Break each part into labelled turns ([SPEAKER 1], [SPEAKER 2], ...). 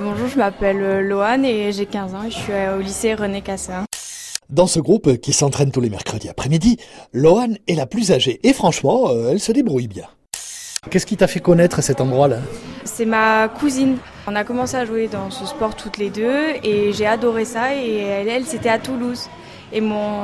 [SPEAKER 1] je m'appelle euh, Loane et j'ai 15 ans et je suis euh, au lycée René Cassin.
[SPEAKER 2] Dans ce groupe qui s'entraîne tous les mercredis après-midi, Loane est la plus âgée et franchement, euh, elle se débrouille bien. Qu'est-ce qui t'a fait connaître cet endroit-là
[SPEAKER 1] C'est ma cousine. On a commencé à jouer dans ce sport toutes les deux et j'ai adoré ça et elle, elle c'était à Toulouse. Et mon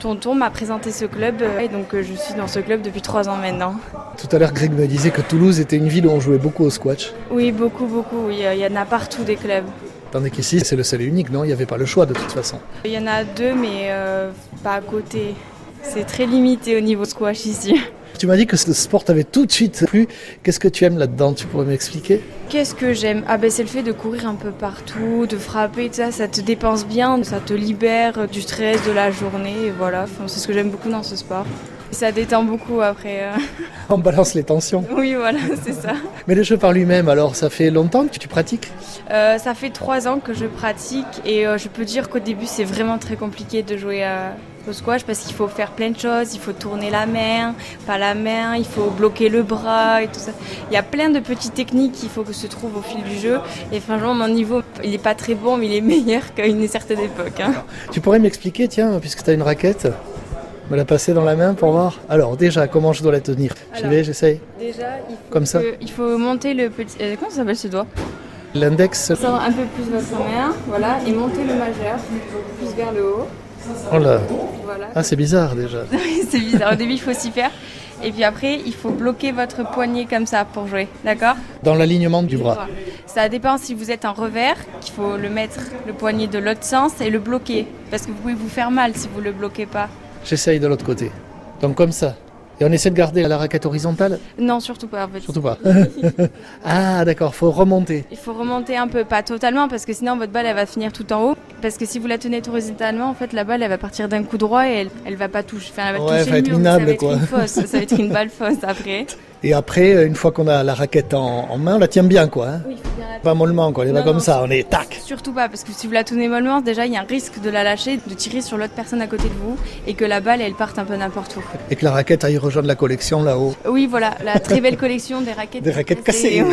[SPEAKER 1] tonton m'a présenté ce club et donc euh, je suis dans ce club depuis trois ans maintenant.
[SPEAKER 2] Tout à l'heure, Greg me disait que Toulouse était une ville où on jouait beaucoup au squash.
[SPEAKER 1] Oui, beaucoup, beaucoup. oui. euh, Il y en a partout des clubs.
[SPEAKER 2] Tandis qu'ici, c'est le seul et unique, non Il n'y avait pas le choix de toute façon.
[SPEAKER 1] Il y en a deux, mais euh, pas à côté. C'est très limité au niveau squash ici.
[SPEAKER 2] Tu m'as dit que ce sport t'avait tout de suite plu. Qu'est-ce que tu aimes là-dedans Tu pourrais m'expliquer
[SPEAKER 1] Qu'est-ce que j'aime Ah ben c'est le fait de courir un peu partout, de frapper, tout ça, ça te dépense bien, ça te libère du stress de la journée, et voilà, Enfin, c'est ce que j'aime beaucoup dans ce sport. Ça détend beaucoup après. euh.
[SPEAKER 2] On balance les tensions.
[SPEAKER 1] Oui, voilà, c'est ça.
[SPEAKER 2] Mais le jeu par lui-même, alors, ça fait longtemps que tu pratiques
[SPEAKER 1] Euh, ça fait trois ans que je pratique et euh, je peux dire qu'au début c'est vraiment très compliqué de jouer euh, au squash parce qu'il faut faire plein de choses, il faut tourner la main, pas la main, il faut bloquer le bras et tout ça. Il y a plein de petites techniques qu'il faut que se trouve au fil du jeu et franchement mon niveau il n'est pas très bon mais il est meilleur qu'à une certaine époque. hein.
[SPEAKER 2] Tu pourrais m'expliquer, tiens, puisque tu as une raquette Me la passer dans la main pour voir Alors, déjà, comment je dois la tenir J'y
[SPEAKER 1] Alors. euh,
[SPEAKER 2] vais, j'essaye.
[SPEAKER 1] Déjà il faut,
[SPEAKER 2] Comme ça.
[SPEAKER 1] que- il faut monter le petit... euh, comment ça s'appelle ce doigt
[SPEAKER 2] L'index,
[SPEAKER 1] Descendre un peu plus vers sa mère, voilà, et monter le majeur, donc plus vers le haut.
[SPEAKER 2] oh là,
[SPEAKER 1] Voilà,
[SPEAKER 2] ah, c'est bizarre déjà.
[SPEAKER 1] c'est bizarre. Au début, il faut s'y faire. Et puis après, il faut bloquer votre poignet comme ça pour jouer. D'accord
[SPEAKER 2] Dans l'alignement du bras.
[SPEAKER 1] Ça dépend si vous êtes en revers, qu'il faut le mettre le poignet de l'autre sens et le bloquer. Parce que vous pouvez vous faire mal si vous le bloquez pas.
[SPEAKER 2] J'essaye de l'autre côté. Donc, comme ça. Et on essaie de garder la raquette horizontale
[SPEAKER 1] Non, surtout pas en fait.
[SPEAKER 2] Surtout pas. ah, d'accord, faut remonter.
[SPEAKER 1] Il faut remonter un peu, pas totalement, parce que sinon votre balle elle va finir tout en haut. Parce que si vous la tenez horizontalement, en fait la balle elle va partir d'un coup droit et elle, elle va pas toucher. Enfin, elle va
[SPEAKER 2] Ouais, elle
[SPEAKER 1] toucher
[SPEAKER 2] va
[SPEAKER 1] le
[SPEAKER 2] être
[SPEAKER 1] mur, mais ça
[SPEAKER 2] minable,
[SPEAKER 1] va être
[SPEAKER 2] quoi.
[SPEAKER 1] une fausse, ça va être une balle fausse après.
[SPEAKER 2] Et après, euh, une fois qu'on a la raquette en, en main, on la tient bien, quoi. hein.
[SPEAKER 1] Oui, il faut bien la
[SPEAKER 2] Pas mollement, quoi. Elle est
[SPEAKER 1] Non,
[SPEAKER 2] pas comme
[SPEAKER 1] non,
[SPEAKER 2] ça, on est tac.
[SPEAKER 1] Surtout pas, parce que si vous la tenez mollement, déjà il y a un risque de la lâcher, de tirer sur l'autre personne à côté de vous et que la balle elle parte un peu n'importe où.
[SPEAKER 2] Et que la raquette aille rejoindre la collection là-haut.
[SPEAKER 1] Oui, voilà, la très belle collection des raquettes.
[SPEAKER 2] Des raquettes cassées.